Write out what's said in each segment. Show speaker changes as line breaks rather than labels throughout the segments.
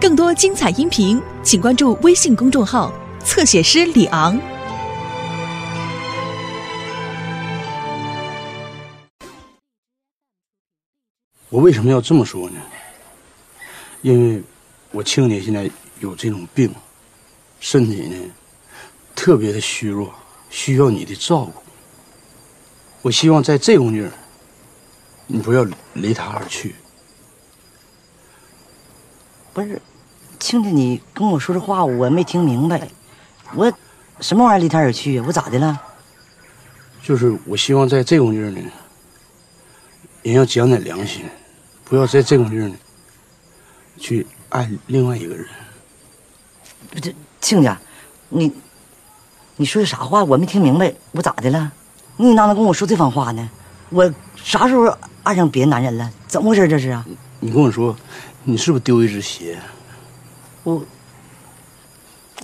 更多精彩音频，请关注微信公众号“侧写师李昂”。
我为什么要这么说呢？因为我亲家现在有这种病，身体呢特别的虚弱，需要你的照顾。我希望在这功夫，你不要离他而去。
不是，听着你跟我说这话，我没听明白。我什么玩意儿离他而去呀？我咋的了？
就是我希望在这功夫呢，人要讲点良心，不要在这功夫呢去爱另外一个人。
不这亲家，你你说的啥话？我没听明白，我咋的了？你哪能跟我说这番话呢？我啥时候爱上别的男人了？怎么回事？这是啊？
你跟我说，你是不是丢一只鞋？啊
我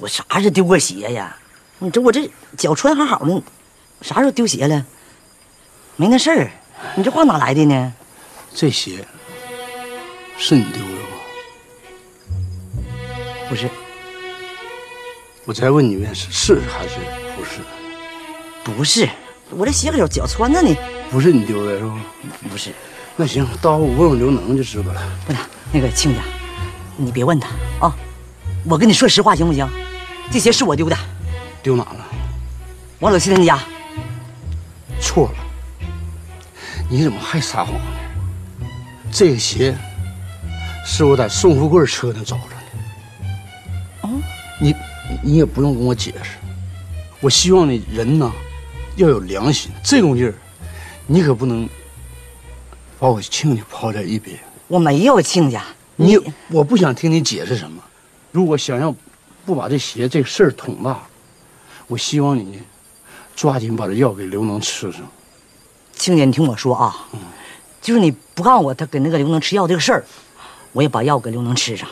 我啥时候丢过鞋呀？你这我这脚穿好好的，啥时候丢鞋了？没那事儿，你这话哪来的呢？
这鞋是你丢的吗？
不是，
我再问你一遍，是是还是不是？
不是，我这鞋可脚脚穿着呢。
不是你丢的是吧？
啊不是，
那行，到我问问刘能就知道了。
不是那个亲家，你别问他啊。我跟你说实话行不行？这鞋是我丢的，
丢哪了？
王老七他家。
错了，你怎么还撒谎呢？这个鞋是我在宋富贵车上找着的。
哦
你你也不用跟我解释。我希望你人呢要有良心，这种劲儿，你可不能把我亲家抛在一边。
我没有亲家，
你我不想听你解释什么。如果想要不把这鞋这事儿捅大，我希望你抓紧把这药给刘能吃上。嗯
亲家，你听我说啊，就是你不告诉我他给那个刘能吃药这个事儿，我也把药给刘能吃上，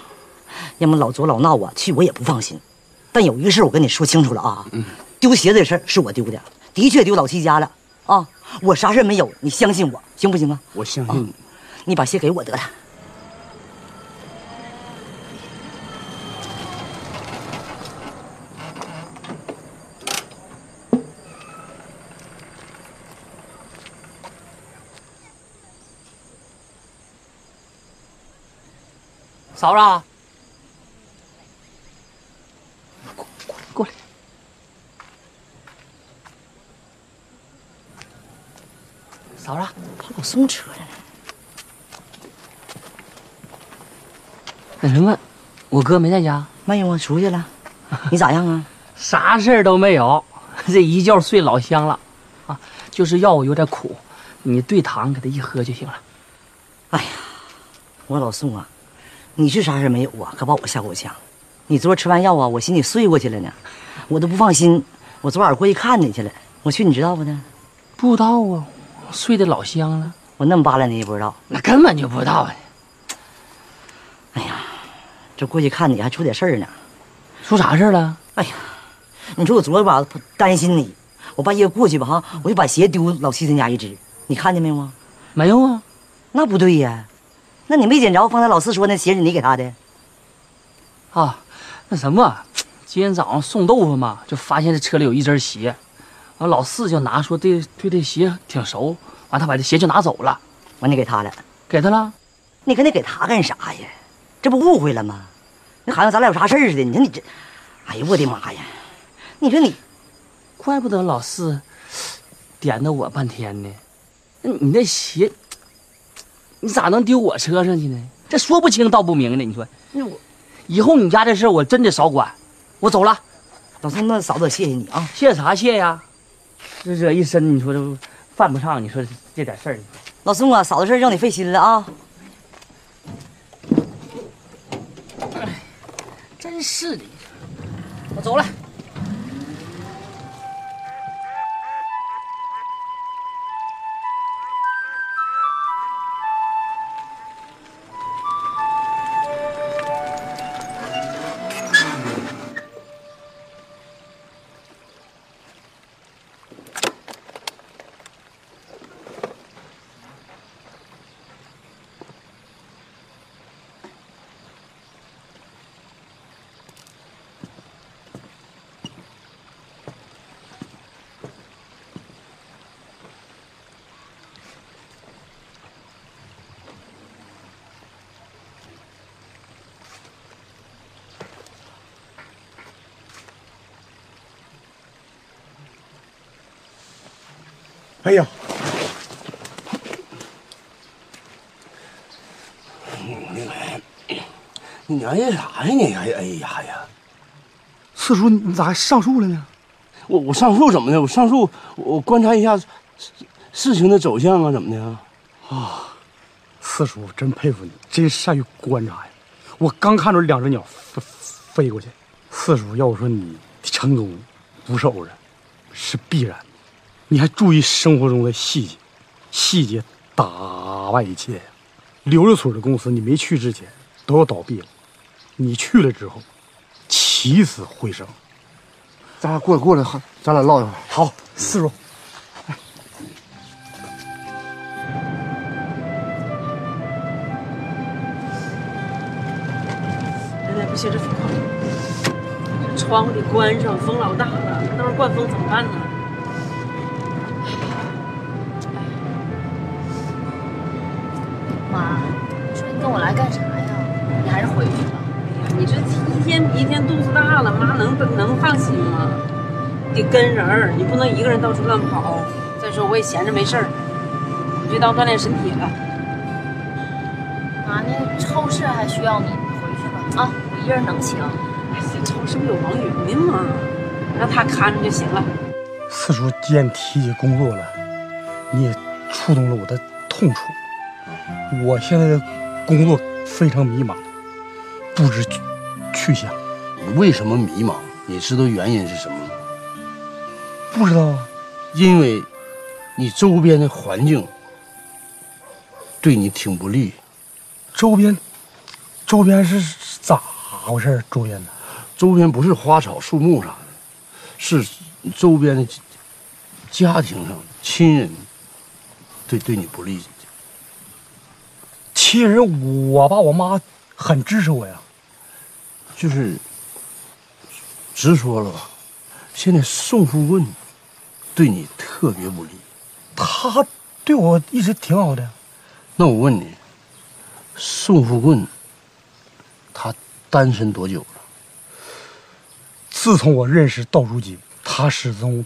要么老左老闹啊，去我也不放心。但有一个事儿我跟你说清楚了啊，
嗯
丢鞋这事儿是我丢的，的确丢老七家了啊，我啥事儿没有，你相信我行不行啊？
我相信你。
你把鞋给我得了。
嫂子，啊过过来，过来。嫂子，啊
把老宋扯来了。
那什么，我哥没在家，
没有啊，出去了。你咋样啊？
啥事儿都没有， 这一觉睡老香了，啊，就是药物有点苦，你兑糖给他一喝就行了。
我老宋啊，你是啥事儿没有啊？可把我吓够呛。你昨儿吃完药啊，我寻思你睡过去了呢，我都不放心。我昨晚过去看你去了，我去你知道不呢？
不知道啊，我睡得老香了，
我那么扒拉你也不知道。
那根本就不知道啊，
哎这过去看你还出点事儿呢。
出啥事儿了？
哎呀，你说我昨儿吧担心你，我半夜过去吧哈，我就把鞋丢老七他家一只，你看见没有啊？
没有啊，
那不对呀，那你没捡着。方才老四说那鞋是你给他的，
啊，那什么，今天早上送豆腐嘛，就发现这车里有一只鞋，完老四就拿说对对这鞋挺熟，完他把这鞋就拿走了，
完你给他了。
给他了。
你跟那给他干啥呀？这不误会了吗？那好像咱俩有啥事儿似的。你说你这，哎呀，我的妈呀！你说你
怪不得老四点的我半天呢。那你那鞋，你咋能丢我车上去呢？这说不清道不明的，你说
那我
以后你家这事儿我真得少管。我走了，
老宋，那嫂子谢谢你啊！
谢啥谢呀？这惹一身，你说这不犯不上，你说这点事儿，
老宋啊，嫂子事儿让你费心了啊！
真是的。我走了。
哎呀，
哎你娘呀啥呀你还哎呀呀！
四叔，你咋还上树了呢？
我我上树怎么的？我上树我观察一下事事情的走向啊，怎么的啊？
四叔，真佩服你，真善于观察呀！我刚看着两只鸟飞飞过去，四叔，要我说你成功不是偶然，是必然的。你还注意生活中的细节，细节打败一切呀！刘家村的公司你没去之前都要倒闭了，你去了之后，起死回生。
咱俩过来过来，咱俩唠一会儿。
好，四叔，
来来，不行，这风口，这窗户得关上，风老大了，到时候灌风怎么办呢？
妈，你说你跟我来干啥呀？你还是回去吧。
哎呀，你这一天比一天肚子大了，妈能能放心吗？得跟人儿，你不能一个人到处乱跑。再说我也闲着没事儿，我就当锻炼身体了。
妈，那超市还需要你，你回去吧。啊，我一人能行。
哎呀，超市不有王云呢吗？让他看着就行了。
四叔既然提起工作了，你也触动了我的痛处。我现在的工作非常迷茫，不知去去向，
你为什么迷茫？你知道原因是什么吗？
不知道啊。
因为，你周边的环境对你挺不利。
周边，周边是是咋回事儿？周边呢？
周边不是花草树木啥的，是周边的家庭上亲人对对你不利。
亲人，我爸我妈很支持我呀。
就是直说了吧，现在宋富贵对你特别不利。
他对我一直挺好的呀。
那我问你，宋富贵他单身多久了？
自从我认识道如姐，她始终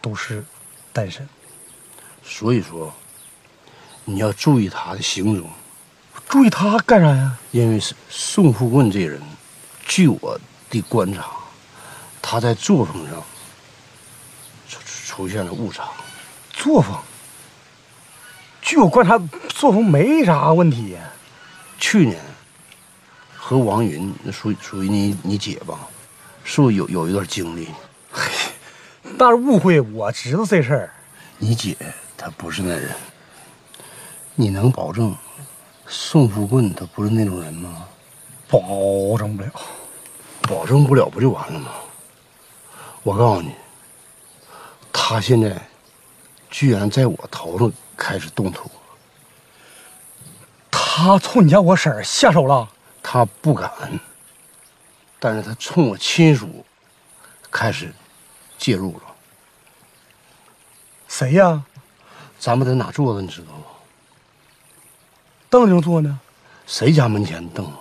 都是单身。
所以说，你要注意他的行踪，
注意她干啥呀？
因为是宋富贵这人，据我的观察，他在作风上出出现了误差。
作风，据我观察，作风没啥问题呀。
去年和王云那属于属于你你姐吧，是不是有有一段经历？
那是误会，我知道这事儿。
你姐她不是那人，你能保证宋富贵他不是那种人吗？
保证不了。
保证不了不就完了吗？我告诉你，他现在居然在我头上开始动土，
他冲你家我婶儿下手了，
他不敢，但是他冲我亲属开始介入了。
谁呀、
咱们在哪坐的你知道吗？
凳子上坐呢？
谁家门前的凳啊？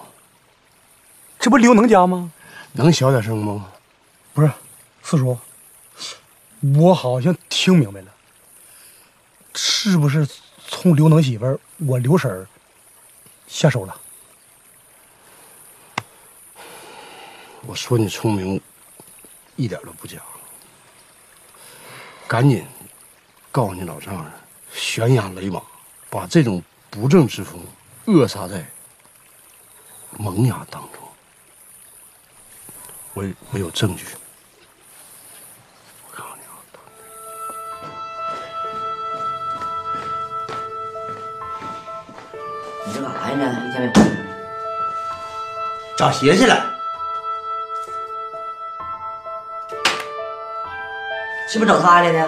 这不刘能家吗？
能小点声吗？
不是，四叔，我好像听明白了，是不是从刘能媳妇儿我刘婶儿下手了？
我说你聪明，一点都不假。赶紧告诉你老丈人，悬崖勒马，把这种不正之风扼杀在萌芽当中。我我有证据。我告诉你啊，
你这干啥呀？呢？一天没回来。
找鞋去了，
是不是找他来的？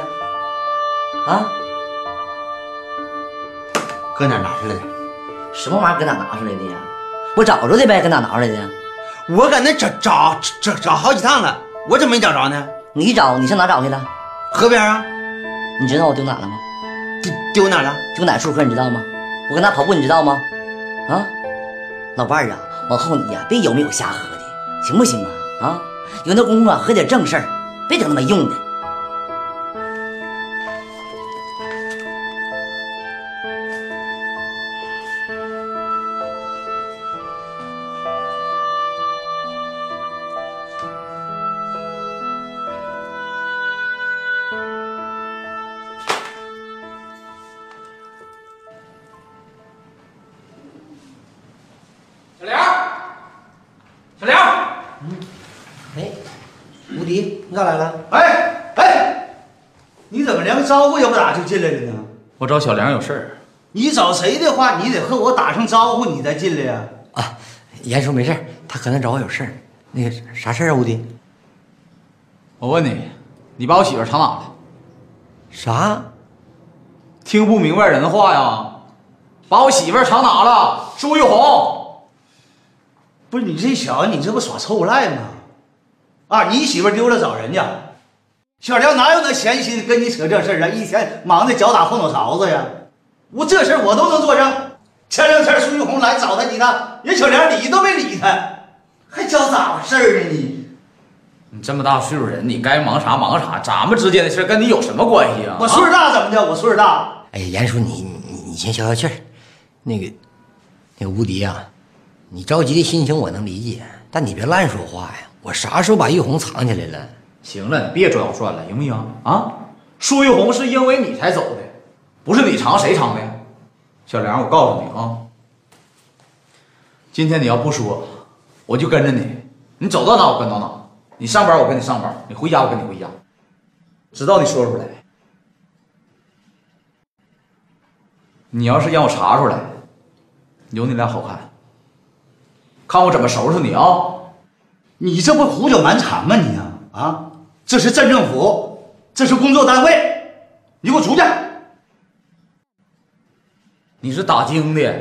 啊？
搁哪儿拿出来的？
什么玩意儿搁哪拿出来的呀？我找着的呗，搁哪拿出来的？
我搁那找找找找好几趟了，我怎么没找着呢？
你找，你上哪找去了？
河边啊，
你知道我丢哪了吗？
丢丢哪儿了？
丢哪树棵你知道吗？我跟他跑步你知道吗？啊，老伴儿啊，往后你呀、别有没有瞎喝的，行不行啊？啊，有那功夫啊，喝点正事儿，别整那没用的。
姨，你咋来了？哎哎，你怎么连个招呼也不打就进来了呢？
我找小梁有事儿。
你找谁的话，你得和我打声招呼，你再进来呀、
啊，严叔没事儿，他可能找我有事儿。那个啥事儿啊，吴迪？
我问你，你把我媳妇查哪了？
啥？
听不明白人话呀？把我媳妇查哪了？朱玉红，
不是你这小子，你这不耍臭无赖吗？啊，你媳妇丢了找人家，小梁哪有那闲心跟你扯这事儿啊？一天忙得脚打后脑勺子呀！我这事儿我都能作证。前两天苏玉红来找他，你看人小梁理都没理他，还教咋回事儿呢你？
你这么大岁数人，你该忙啥忙啥，咱们之间的事儿跟你有什么关系啊？
我岁数大怎么的？我岁数大，
哎，严叔，你你你先消消气儿。那个，那个吴迪啊，你着急的心情我能理解，但你别乱说话呀。我啥时候把玉红藏起来了？
行了，你别左摇转了，行不行啊？苏玉红是因为你才走的，不是你藏谁藏的？小梁，我告诉你啊，今天你要不说，我就跟着你，你走到哪我跟到哪，你上班我跟你上班，你回家我跟你回家，直到你说出来。你要是让我查出来，有你俩好看，看我怎么收拾你啊！
你这不胡搅蛮缠吗你呀、啊？啊，这是镇政府，这是工作单位，你给我出去！
你是打更的，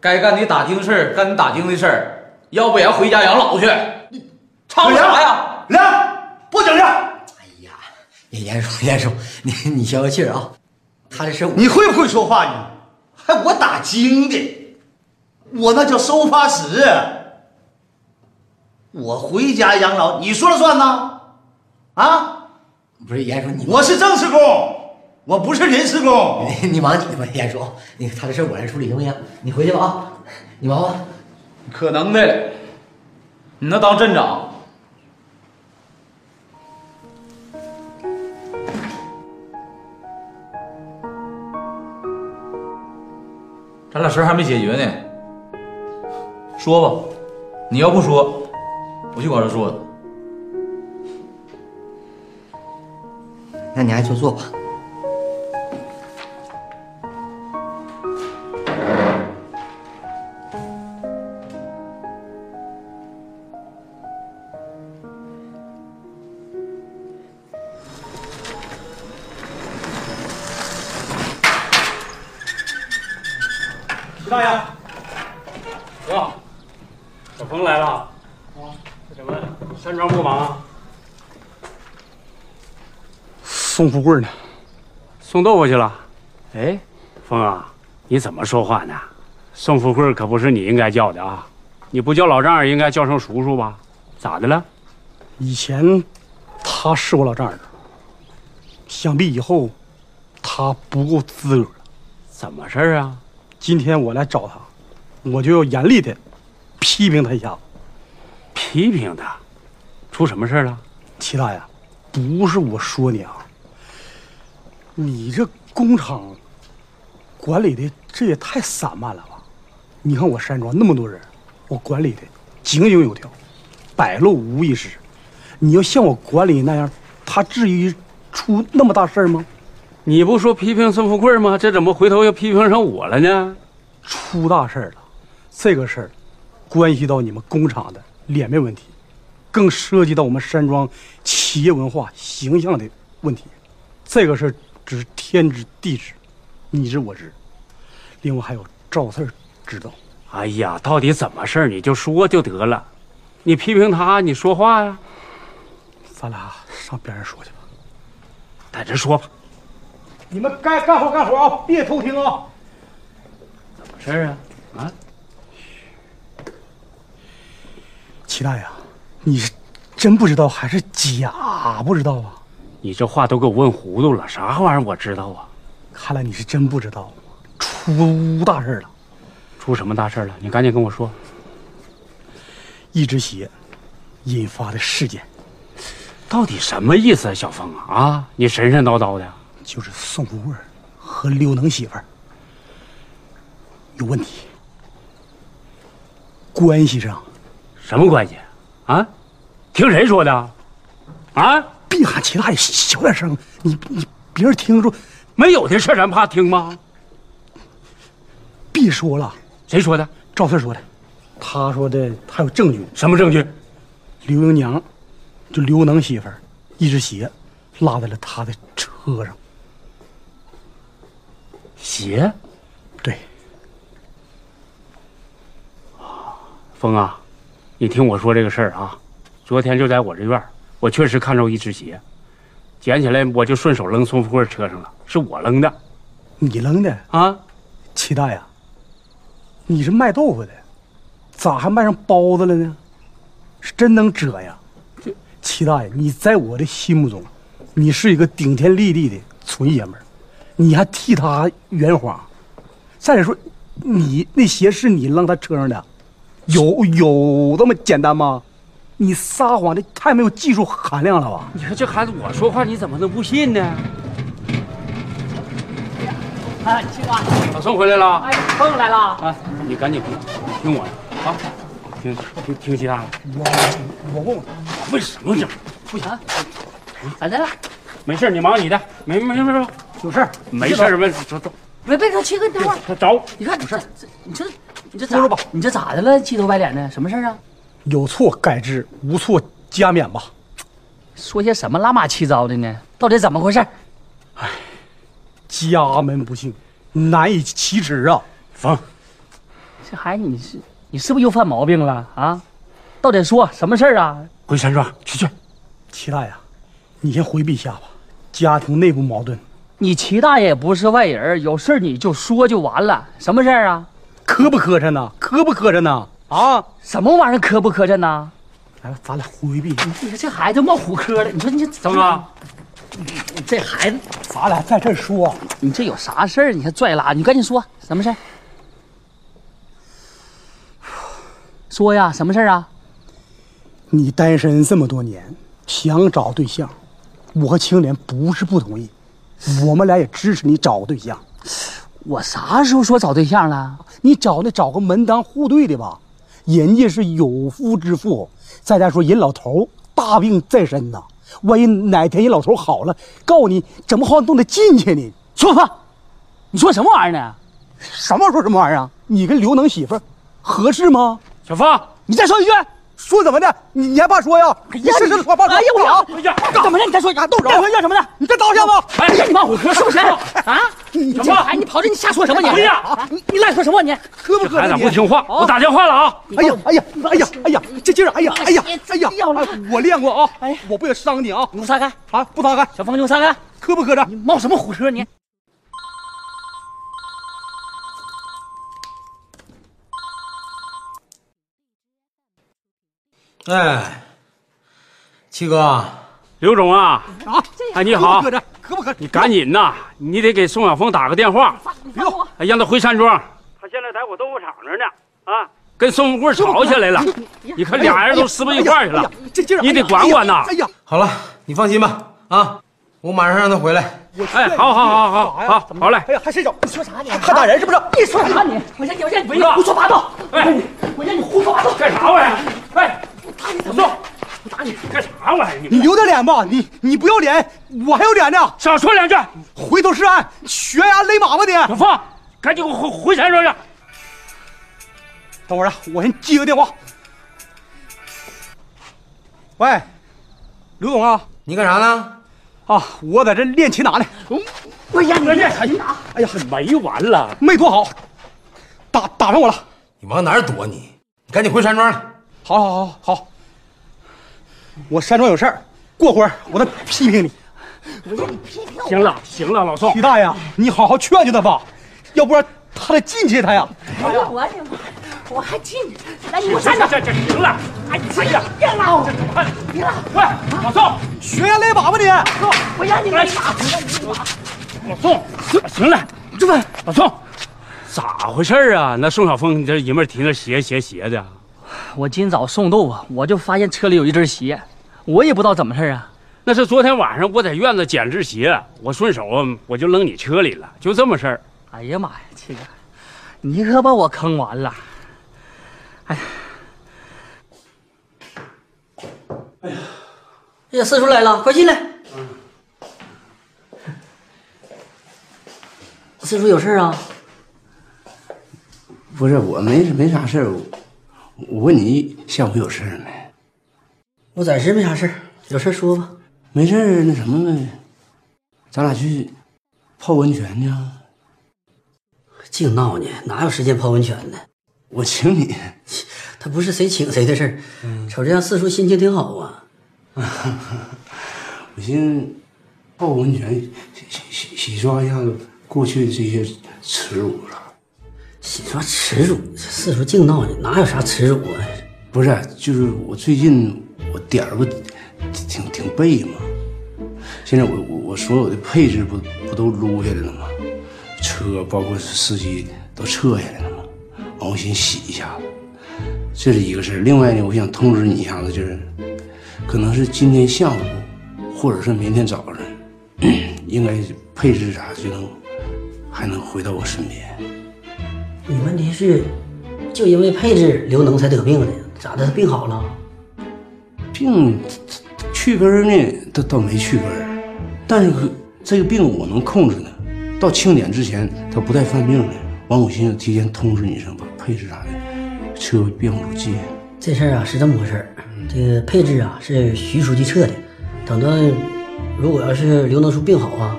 该干你打更事儿，干你打更的事儿，要不然回家养老去。你唱啥呀？
梁，不整了！
哎呀，严叔，严叔，你你消消气儿啊。他这是
你会不会说话你？还我打更的，我那叫收发室。我回家养老，你说了算呐？啊，
不是严叔，你
我是正式工，我不是临时工。
你你忙你的吧，严叔。那个他的事儿我来处理，行不行？你回去吧啊，你忙吧。
可能的，你能当镇长？咱俩事儿还没解决呢，说吧，你要不说，我就搁这坐着。
那你还就坐吧。
徐大爷，
哟，
小鹏来了。啊，怎么山庄不忙啊？送富贵呢？
送豆腐去了。
哎，
峰啊，你怎么说话呢？送富贵可不是你应该叫的啊！你不叫老丈人，应该叫声叔叔吧？咋的了？
以前他是我老丈人，想必以后他不够资格了。
怎么事儿啊？
今天我来找他，我就要严厉的批评他一下子。
批评他，出什么事儿了？
齐大爷，不是我说你啊，你这工厂管理的这也太散漫了吧？你看我山庄那么多人，我管理的井井有条，百漏无一失。你要像我管理那样，他至于出那么大事儿吗？
你不说批评孙富贵吗？这怎么回头又批评上我了呢？
出大事儿了，这个事儿关系到你们工厂的脸面问题，更涉及到我们山庄企业文化形象的问题。这个事儿只是天知地知，你知我知。另外还有赵四儿知道。
哎呀，到底怎么事儿你就说就得了，你批评他，你说话呀。
咱俩上边上说去吧，
在这说吧。
你们该干活干活啊，别偷听啊！
怎么事儿啊？啊！
齐大爷，啊你是真不知道还是假不知道啊？
你这话都给我问糊涂了，啥玩意儿我知道啊？
看来你是真不知道，出大事了！
出什么大事了？你赶紧跟我说。
一只鞋引发的事件，
到底什么意思啊，小峰啊？啊，你神神叨叨的。
就是宋富贵和刘能媳妇儿有问题，关系上
什么关系啊？听谁说的？啊，
别喊其他人，小点声，你你别人听着，
没有的事儿咱怕听吗？
别说了，
谁说的？
赵四说的，他说的还有证据，
什么证据？
刘英娘，就刘能媳妇儿，一只鞋落在了他的车上，
鞋？
对，
峰啊，你听我说这个事儿啊，昨天就在我这院儿，我确实看着一只鞋，捡起来我就顺手扔宋富贵车上了，是我扔的。
你扔的啊
啊？
七大呀，你是卖豆腐的，咋还卖上包子了呢？是真能折呀！这七大爷，你在我的心目中，你是一个顶天立地的纯爷们儿，你还替他圆谎。再者说，你那鞋是你扔他车上的，有有这么简单吗？你撒谎的太没有技术含量了吧？
你看这孩子，我说话你怎么能不信呢？
哎，去吧。
老宋回来了，
哎，蹦来了。
哎，你赶紧听我的啊，听听听其他的。
我问问，
为什么这？
不行，咋的了？
哎没事，你忙你的，没没没没，
有事儿，
没事儿，问走走。
别别，去哥，你等会儿。
他找我，
你看，不是这，你这，你这咋吧？你这咋的了？气头白脸的，什么事儿啊？
有错改之，无错加勉吧。
说些什么乱码七糟的呢？到底怎么回事？
哎家门不幸，难以启齿啊！
冯，
这孩子，你是你是不是又犯毛病了啊？到底说什么事儿啊？
回山庄去去。
齐大爷，你先回避一下吧，家庭内部矛盾。
你齐大爷也不是外人，有事儿你就说就完了。什么事儿啊？
磕不磕碜呢？磕不磕碜呢？啊？
什么玩意儿磕不磕碜呢？哎
来了，咱俩回避。
你说这孩子冒虎科了，你说你这
怎么？
这孩子，
咱俩在这说，
你这有啥事儿？你还拽拉？你赶紧说什么事儿？说呀，什么事儿啊？
你单身这么多年，想找对象，我和青莲不是不同意，我们俩也支持你找个对象。
我啥时候说找对象了？
你找那找个门当户对的吧，人家是有夫之妇。再再说人老头大病在身呐，万一哪天人老头好了，告诉你怎么好你都得进去呢。
说吧，你说什么玩意儿呢？
什么说什么玩意儿啊？你跟刘能媳妇儿合适吗？
小芳，
你再说一句，说怎么的？你你还怕说呀？你是是怕怕
哎呀，我
呀，
哎呀，怎么了？你再说，你还动手？
哎
干回去什么的？你再刀下吧。
哎呀，你骂我哥是不是？啊，你
什么
哎，你跑这你瞎说什么你？
哎呀
啊，你你乱说什么你？哦
磕不
这
磕
孩
碜
子
你？
不听话，我打电话了啊。
哎呀，哎呀，哎呀，哎呀，这劲儿，哎呀，哎呀，哎呀，我练过啊，哎，我不也伤你啊？
你给我撒开，
啊，不撒开，
小芳，你给我撒开！
磕不磕碜？
你冒什么虎车你？
哎，七哥，
刘总啊，
啊，
哎，你好
磕不，磕碜？磕不磕碜？
你赶紧呐，你得给宋晓峰打个电话，哎让他回山庄。他现在在我豆腐厂那呢，啊，跟宋富贵吵起来了。
哎
你看俩人都撕不一块儿去了，
这劲儿，
你得管管呐
哎呀，
好了，你放心吧，啊，我马上让他回来。
哎，好好好好好好嘞，
哎呀，还伸手，你说
啥你
还打人是不是？
你说啥你？我让你我让
哥
你胡说八道！
哎，
我让你胡说八道！
干啥玩意儿？哎，
打你
老
怎么
宋
了？，我打你！
干啥玩意儿？
你
你
留点脸吧，你你不要脸，我还有脸呢，
少说两句。
回头是岸，悬崖勒马吧你。
小凤，赶紧给我回回山庄去。
等会儿啊，我先接个电话。喂，刘总啊
你干啥呢？
啊，我在这练擒拿呢，
我让哦哎你这你打，哎呀，没完了！
没躲好，打打上我了。
你往哪儿躲你？你赶紧回山庄来。
好好好好，我山庄有事儿，过会儿我再批评你。
行了行了，老宋，
徐大爷，啊你好好劝劝他吧，要不然他得进去他呀。
哎呀，我的妈！我还进，来你给我
这
站
这
着！
这这行了，哎哎呀，别拉我，快别拉，快，老宋。
悬崖勒马吧你。
我让你
来
来打！我让你打！
老宋，行了，这问老宋，咋回事儿啊？那宋晓峰，你这爷们儿提那鞋鞋鞋的，
我今早送豆腐，我就发现车里有一只鞋，我也不知道怎么事儿啊。
那是昨天晚上我在院子捡只鞋，我顺手啊我就扔你车里了，就这么事儿。
哎呀妈呀，这个，你可把我坑完了！哎呀，哎
哎呀，四叔来了，快进来。嗯四叔有事儿啊？
不是，我没没啥事儿，我我问你下午有事儿没？
我暂时没啥事儿，有事儿说吧。
没事儿，那什么呗，咱俩去泡温泉去啊。
净闹呢，哪有时间泡温泉呢？
我请你， 嗯
他不是谁请谁的事儿。瞅这样，四叔心情挺好啊。
我寻思泡温泉洗洗洗洗刷一下过去这些耻辱了。
洗刷耻辱，这四叔净闹呢，哪有啥耻辱啊？
不是，就是我最近我点儿不挺挺背吗？现在我我我所有的配置不不都撸下来了吗？车包括司机都撤下来了吗？完我寻思洗一下子，这是一个事儿。另外呢，我想通知你一下子，就是可能是今天下午，或者是明天早上， 应该配置啥就能还能回到我身边。
你问题是，就因为配置刘能才得病的，咋的？他病好了？
病去根儿呢，倒倒没去根儿，但是可这个病我能控制呢。到庆典之前，他不带犯病的。完，我寻思提前通知你一声，把配置啥的车别往出借。
这事儿啊是这么回事儿，
嗯
这个配置啊是徐书记撤的。等到如果要是刘能叔病好啊，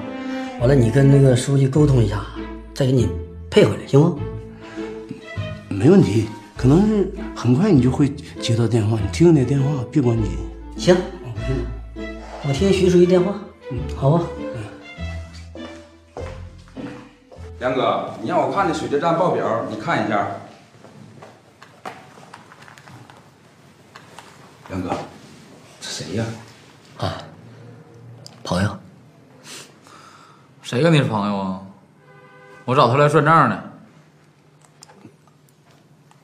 完了你跟那个书记沟通一下，再给你配回来，行吗？
没问题，可能是很快你就会接到电话，你听那电话别关机。
行，
哦
我听徐书记电话，
嗯
好啊吧？
梁哥，你让我看那水电站报表，你看一下。梁哥，这谁呀？
啊，朋友，
谁跟你是朋友啊？我找他来算账呢。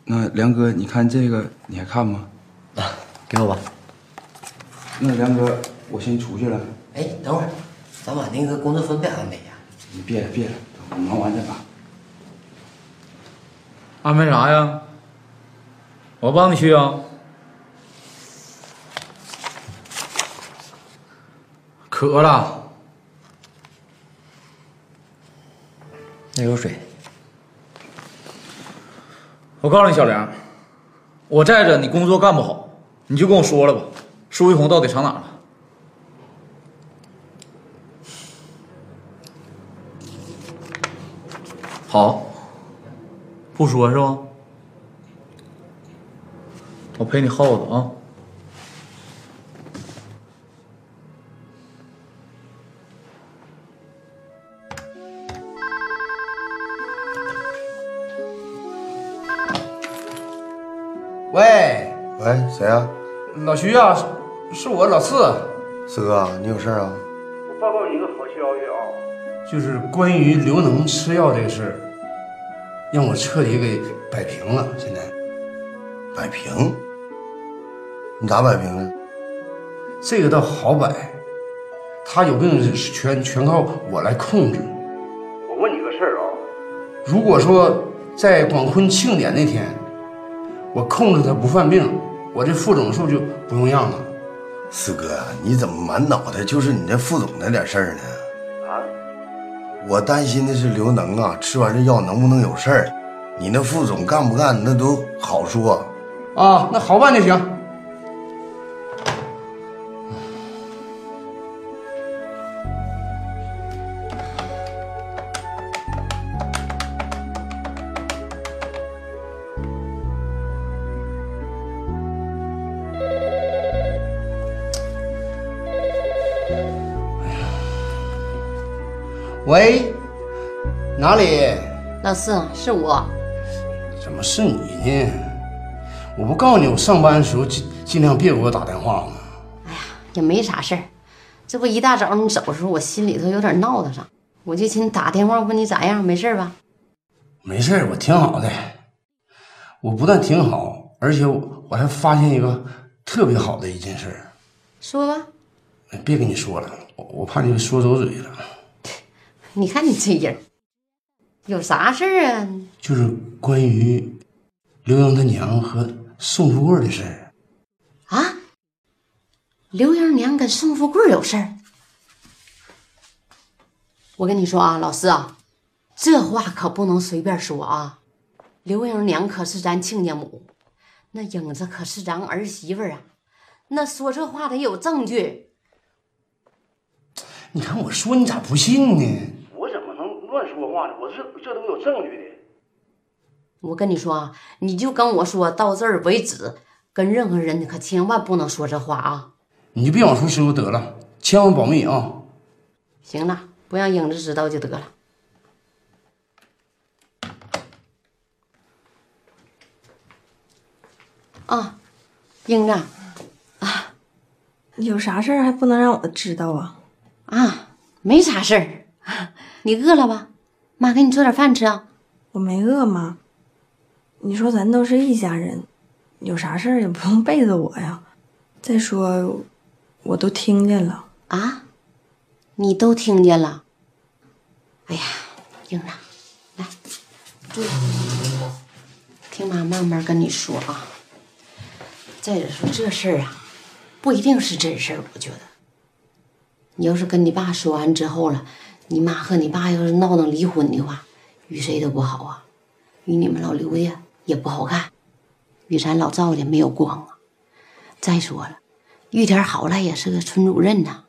那梁哥，你看这个，你还看吗？
啊给我吧。
那梁哥，我先出去了。
哎，等会儿，咱把那个工作分配安排一下。
你别了，别了，我忙完再吧。
安排啥呀？我帮你去啊。渴了，
那有水。
我告诉你，小梁，我在这你工作干不好，你就跟我说了吧。苏一红到底藏哪了？好，不说是吧？我陪你耗子啊。
喂，
喂，谁啊？
老徐啊，是是我老四，
四哥，你有事儿啊？
我报告你一个好消息啊！
就是关于刘能吃药这个事儿，让我彻底给摆平了。现在
摆平？你咋摆平啊？
这个倒好摆，他有病是全全靠我来控制。
我问你个事儿啊，
如果说在广坤庆典那天，我控制他不犯病，我这副总数就不用让了。
四哥，你怎么满脑袋就是你这副总那点事儿呢？
啊，
我担心的是刘能啊，吃完这药能不能有事儿？你那副总干不干那都好说。
啊，那好办就行。喂，哪里？
老四，是我。
怎么是你呢？我不告诉你，我上班的时候尽尽量别给我打电话吗？
也没啥事儿。这不一大早你走的时候，我心里头有点闹腾上，我就寻思打电话问你咋样，没事儿吧？
没事儿，我挺好的。我不但挺好，而且我我还发现一个特别好的一件事儿。
说吧，
别跟你说了，我我怕你说走嘴了。
你看你这人，有啥事儿啊？
就是关于刘英他娘和宋富贵的事儿。
啊，刘英娘跟宋富贵有事儿。我跟你说啊，老师啊，这话可不能随便说啊。刘英娘可是咱亲家母，那影子可是咱儿媳妇儿啊，那说这话得有证据。
你看我说你咋不信呢？
我怎么能乱说话呢？我这这都有证据的。
我跟你说啊，你就跟我说到这儿为止，跟任何人你可千万不能说这话啊。
你就别往出说得了，千万保密啊！
行了，不让影子知道就得了。啊，英子啊，
有啥事儿还不能让我知道啊？
啊，没啥事儿， 你饿了吧？妈给你做点饭吃啊。
我没饿，妈。你说咱都是一家人，有啥事儿也不用背着我呀。再说，我都听见了
啊，你都听见了。哎呀，英子，来，坐。听妈慢慢跟你说啊。再者说这事儿啊，不一定是真事儿，我觉得。你要是跟你爸说完之后了，你妈和你爸要是闹腾离婚的话，与谁都不好啊，与你们老刘家也不好看，与咱老赵家没有光啊。再说了，玉田好赖也是个村主任呐、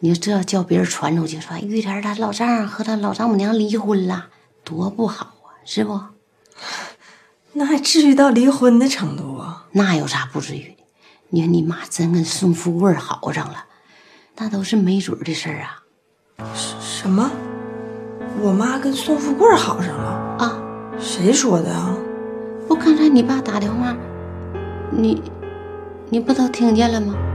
你说这叫别人传出去说哎玉田他老丈人和他老丈母娘离婚了，多不好啊，是不？
那还至于到离婚的程度啊？
那有啥不至于的？你看你妈真跟宋富贵好上了，那都是没准儿的事儿啊。
什么？我妈跟宋富贵好上了
啊？
谁说的啊？
不，刚才你爸打电话，你你不都听见了吗？
嗯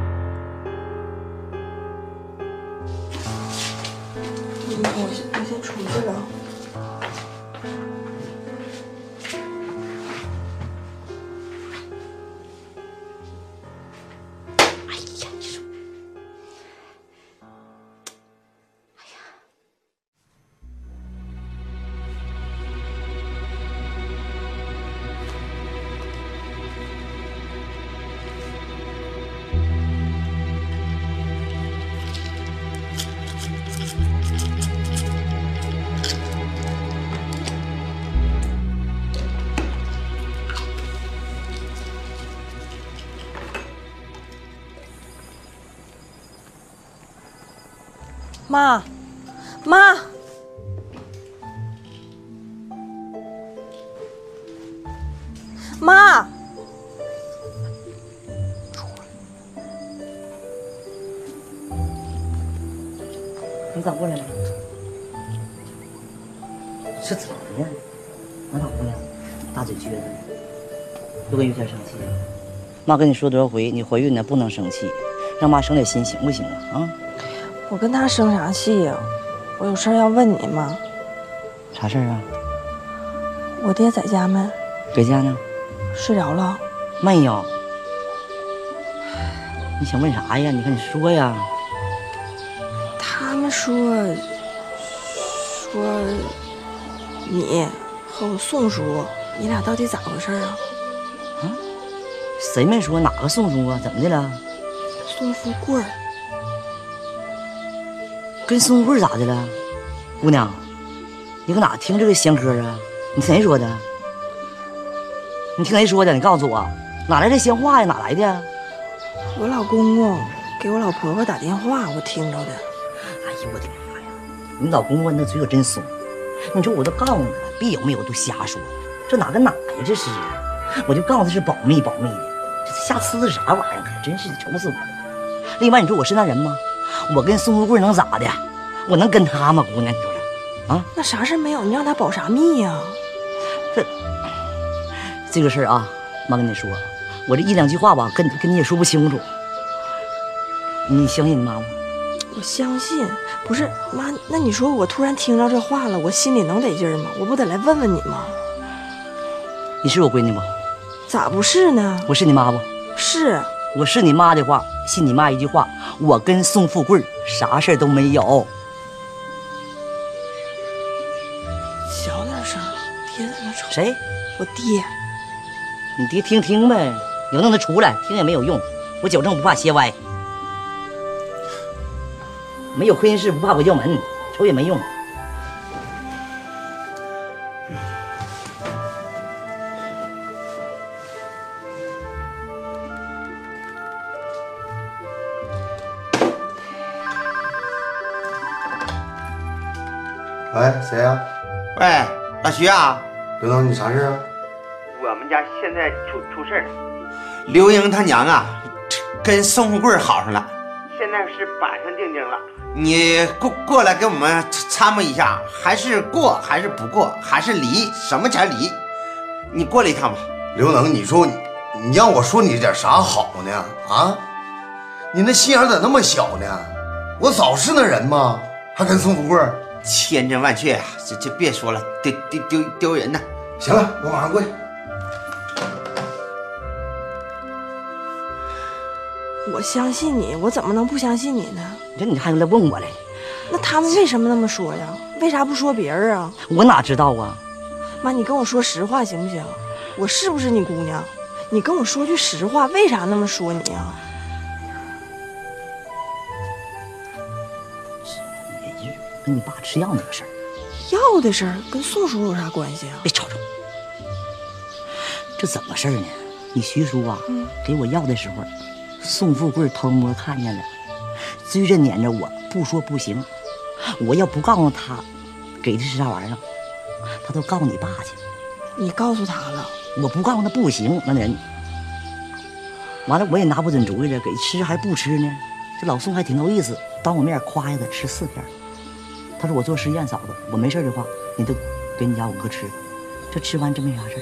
我先我先出去了。妈，妈，妈，
你咋过来了？这怎么了？我老姑娘大嘴撅着呢，又跟玉天生气了。妈跟你说多少回，你怀孕了不能生气，让妈省点心行不行啊？啊，
我跟他生啥气呀、我有事儿要问你妈。
啥事儿啊？
我爹在家没？
搁家呢？
睡着了？
没有。你想问啥呀？你看你说呀。
他们说说你和我宋叔，你俩到底咋回事儿啊？
谁没说哪个宋叔啊？怎么的了？
宋富贵儿
跟宋富贵咋的了？姑娘，你搁哪听这个闲嗑啊？你听谁说的？你听谁说的？你告诉我，哪来这闲话呀？哪来的呀？
我老公公给我老婆婆打电话，我听着的。
哎呀，我的你老公问那嘴可真松。你说我都告诉你了，别有没有都瞎说，这哪跟哪呀？这是，啊我就告诉他是保密保密的，这瞎呲的啥玩意儿？啊真是愁死我了。另外，你说我是那人吗？我跟宋富贵能咋的？我能跟他吗？姑娘，你说说啊，
那啥事儿没有，你让他保啥密呀、
这个事儿啊，妈跟你说，我这一两句话吧，跟跟你也说不清楚。你相信妈吗？
我相信，不是妈，那你说我突然听着这话了，我心里能得劲儿吗？我不得来问问你吗？
你是我闺女吗？
咋不是呢？
我是你妈不？
是，
我是你妈的话，信你妈一句话，我跟宋富贵儿啥事儿都没有。
小点声，别他妈吵。
谁？
我爹。
你爹听听呗，你要弄他出来，听也没有用。我矫正不怕斜歪。没有婚姻事不怕婆叫门，瞅也没用。
喂，哎谁呀、
喂，老徐啊，
刘能，你啥事啊？
我们家现在出出事了，刘英她娘啊，跟宋富贵好上了，现在是板上钉钉了。你过过来给我们参谋一下，还是过还是不过，还是离什么前离？你过来一趟吧。
刘能，你说你你让我说你点啥好呢？啊，你那心眼咋那么小呢？我早是那人吗？还跟宋富贵？
千真万确啊，这这别说了，丢丢丢丢人呐！
行了，我马上过去。
我相信你，我怎么能不相信你呢？
你说你还来问我来，
那他们为什么那么说呀？为啥不说别人啊？
我哪知道啊？
妈，你跟我说实话行不行？我是不是你姑娘？你跟我说句实话，为啥那么说你啊呀、
跟你爸吃药那个事儿，
要的事儿跟宋叔有啥关系啊？
别吵吵。这怎么事儿呢？你徐叔啊，给我要的时候，宋富贵偷摸看见了，追着撵着我，不说不行。我要不告诉他，给的是啥玩意儿，他都告你爸去。
你告诉他了，
我不告诉他不行，那人。完了，我也拿不准主意了，给吃还不吃呢。这老宋还挺够意思，当我面夸一个吃四片儿。他说我做实验嫂子，我没事儿的话，你都给你家我哥吃。这吃完真没啥事儿，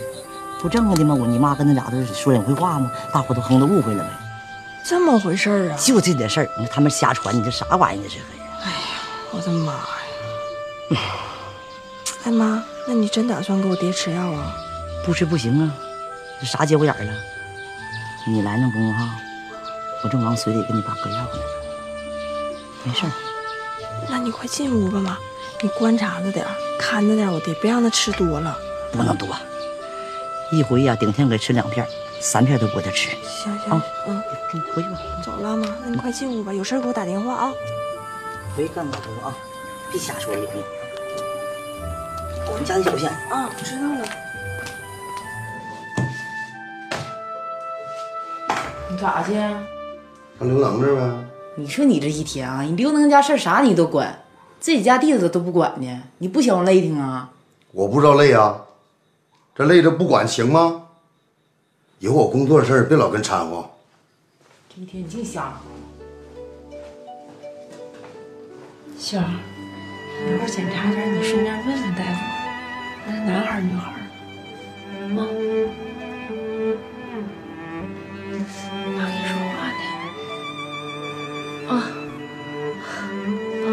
不正的吗？我你妈跟那俩都说两回话吗？大伙都哼都误会了没？
这么回事儿啊？
就这点事儿，你说他们瞎传，你这啥玩意儿？这是
我的妈呀！哎妈，那你真打算给我爹吃药啊？
不吃不行啊！这啥节骨眼儿了？你来那功夫哈，我正往水里给你爸搁药呢。没事儿，
那你快进屋吧，妈，你观察着点儿，看着点儿我爹，别让他吃多了。
不能多，一回呀、顶天给吃两片儿，三片儿都不给他吃。
行行，嗯，
啊你回去吧。
走了，妈，那你快进屋吧，有事儿给我打电话啊。
回去干吧，头啊，别瞎说有病。我们家的小线
啊，知道了。
你干啥去啊？
上刘能这儿呗。
你说你这一天啊，你刘能家事儿啥你都管，自己家弟子都不管呢，你不嫌我累挺啊？
我不知道累啊，这累着不管行吗？以后我工作的事儿别老跟掺和。
这一天你净瞎笑儿，
一会儿检查点，你顺便问问大夫，那是男孩儿女孩儿？妈，妈跟你说话呢。
啊啊！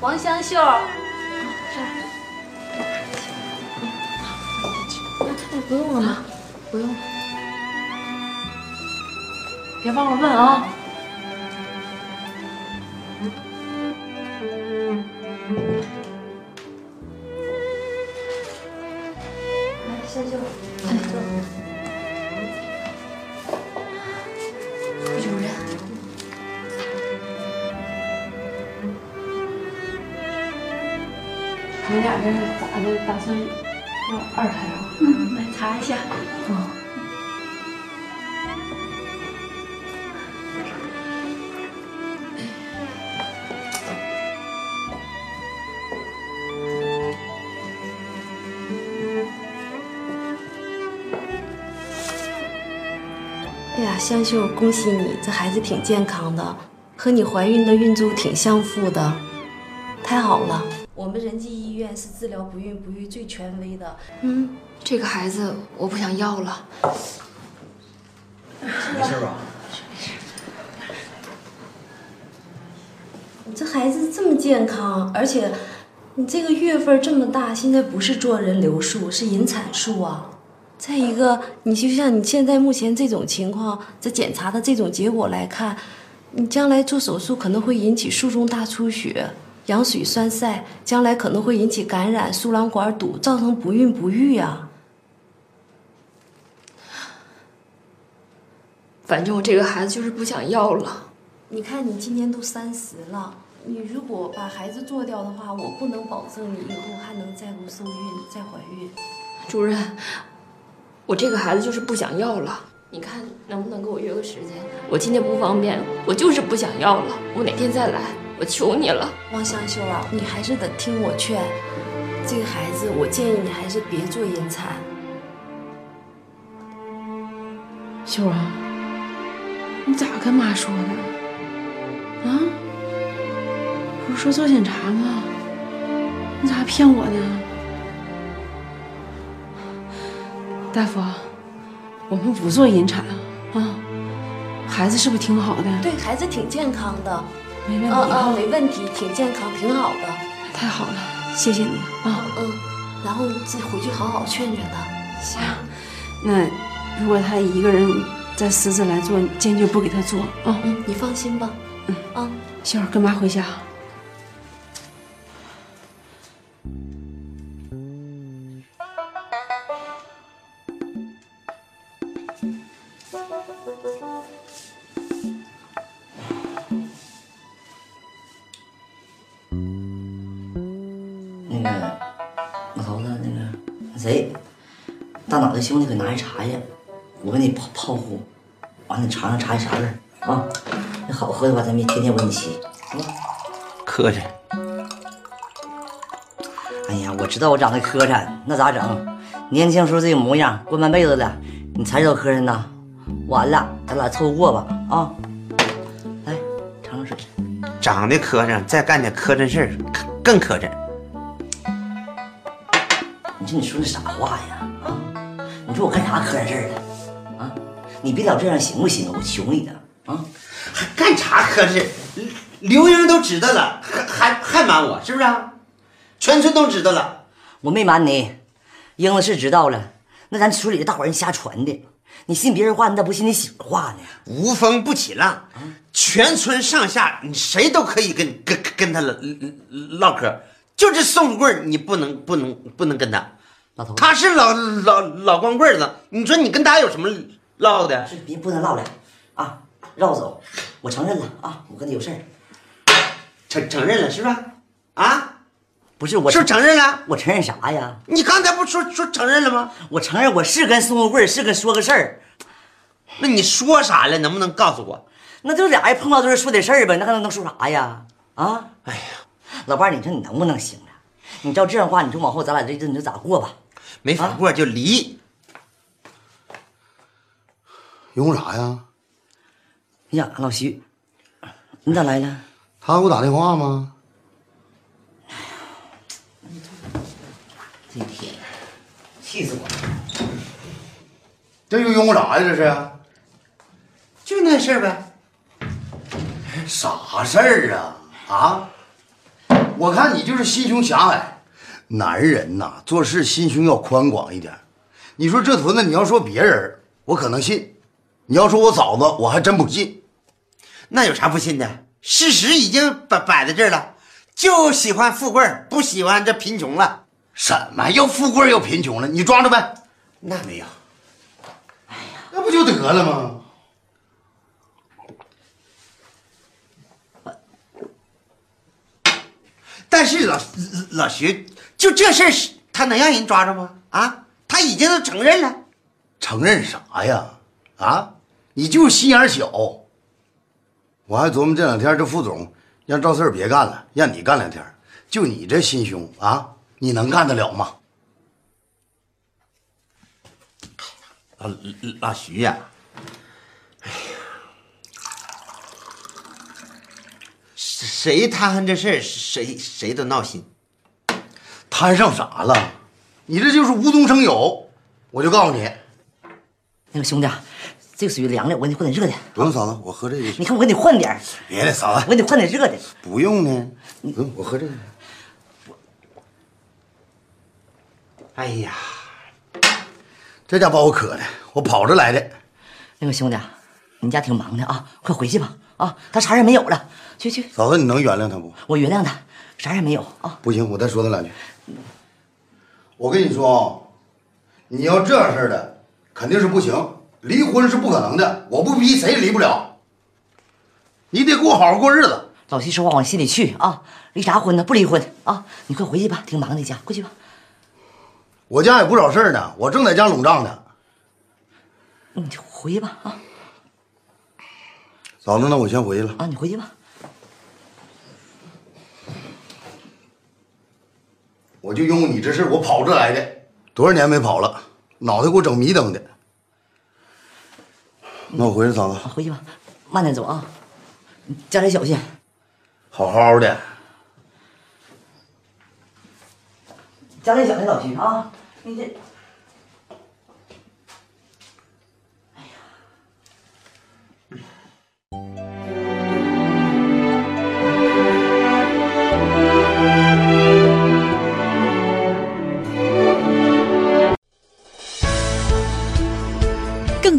黄香秀，
哎，不用了妈，不用了，别忘了问啊。
来先坐，坐。主任，
你俩这是咋的？打算要二胎嗯啊？
嗯，来查一下。
哎呀，香秀，恭喜你，这孩子挺健康的，和你怀孕的孕株挺相符的，太好了。我们仁济医院是治疗不孕不育最权威的。嗯，这个孩子我不想要了。
没事吧？
你这孩子这么健康，而且你这个月份这么大，现在不是做人流术，是引产术啊。再一个，你就像你现在目前这种情况，这检查的这种结果来看，你将来做手术可能会引起术中大出血、羊水栓塞，将来可能会引起感染、输卵管堵，造成不孕不育啊呀、反正我这个孩子就是不想要了。你看你今年都三十了，你如果把孩子做掉的话，我不能保证你以后还能再不受孕、再怀孕。
主任，我这个孩子就是不想要了，你看能不能给我约个时间？我今天不方便，我就是不想要了，我哪天再来，我求你了。
王香秀啊，你还是得听我劝，这个孩子，我建议你还是别做引产。
秀儿，啊你咋跟妈说的？啊？不是说做检查吗？你咋还骗我呢？大夫，我们不做引产啊，孩子是不是挺好的？
对孩子挺健康的，
没问题
啊啊，
啊，
没问题，挺健康，挺好的。
太好了，谢谢你啊。
嗯，然后这回去好好劝劝他。
行，那如果他一个人再私自来做，坚决不给他做啊。
嗯，你放心吧。
嗯
啊，
秀儿跟妈回家。
那个老头子，那个那谁，大脑袋兄弟给拿一茶叶，我给你泡泡壶，完了你尝尝茶叶啥味儿啊？那好喝的话，咱别天天给你沏，好吧？
客气，
哎呀，我知道我长得磕碜，那咋整？年轻时候这个模样，过半辈子了，你才知道磕碜呢。完了，咱俩凑合过吧啊！来，尝尝水。
长得磕碜，再干点磕碜事儿，可更磕碜。
你说你说那啥话呀？啊，你说我干啥磕碜事儿了？啊，你别老这样行不行？我求你了啊！
还干啥磕碜事儿？刘英都知道了，还还还瞒我，是不是、啊？全村都知道了，
我没瞒你，英子是知道了。那咱村里的大伙人瞎传的，你信别人话，你咋不信你媳妇话呢？
无风不起浪，全村上下你谁都可以跟跟跟他唠唠嗑，就这宋富贵儿你不能不能不能跟他，他是老老老光棍儿子，你说你跟他有什么唠的？
别不能唠了啊，绕走，我承认了啊，我跟他有事儿，
承承认了是吧？啊，
不是我
是不是承认了？
我承认啥呀？
你刚才不说说承认了吗？
我承认我是跟宋富贵是跟说个事儿，
那你说啥了？能不能告诉我？
那就俩人碰到堆儿说点事儿呗，那还能能说啥呀？啊，哎呀，老伴儿，你说你能不能行啊？你照这样话，你说往后咱俩这日子咋过吧？啊
没法过就离。
用啥呀？
哎呀，老徐，你咋来了？哎
他给我打电话吗？
这天，气死我了！
这又用啥呀？这是？
就那事儿呗。
啥事儿啊？啊！我看你就是心胸狭隘。男人呐，做事心胸要宽广一点。你说这屯子，你要说别人，我可能信；你要说我嫂子，我还真不信。
那有啥不信的？事实已经摆摆在这儿了，就喜欢富贵儿，不喜欢这贫穷了。
什么又富贵又贫穷了？你抓着呗。
那没有，
那不就得了吗？
但是老老徐，就这事儿是，他能让人抓着吗？啊，他已经都承认了。
承认啥呀？啊，你就是心眼儿小。我还琢磨这两天这副总让赵四儿别干了，让你干两天。就你这心胸啊，你能干得了吗？
老老徐呀、哎谁谁摊上这事儿，谁谁都闹心。
摊上啥了？你这就是无中生有。我就告诉你，
那个兄弟，啊这个水凉的，我给你换点热的。
不用嫂子，我喝这个哎去
你。看我给你换点儿，
别的嫂子，
我给你换点热的。
不用呢，不用，我喝这个。
哎呀，
这家把我渴的，我跑着来的。
那个兄弟，啊你家挺忙的啊，快回去吧啊，他啥事儿没有了，去去，
嫂子，你能原谅他不？
我原谅他，啥事儿没有啊。
不行，我再说他两句。我跟你说啊，你要这样式儿的，肯定是不行，离婚是不可能的。我不逼谁也离不了。你得给我好好过日子。
老徐说话往心里去啊，离啥婚呢？不离婚啊！你快回去吧，挺忙的一家，快去吧。
我家有不少事儿呢，我正在家拢账呢。
你就回去吧啊！
嫂子，那我先回去了。
啊，你回去吧。
我就因为你这事儿，我跑这来的，多少年没跑了，脑袋给我整迷瞪的。那我回去，嫂子，
啊回去吧，慢点走啊，家里小心。
好好的。
家里小心，老徐啊，你这。
更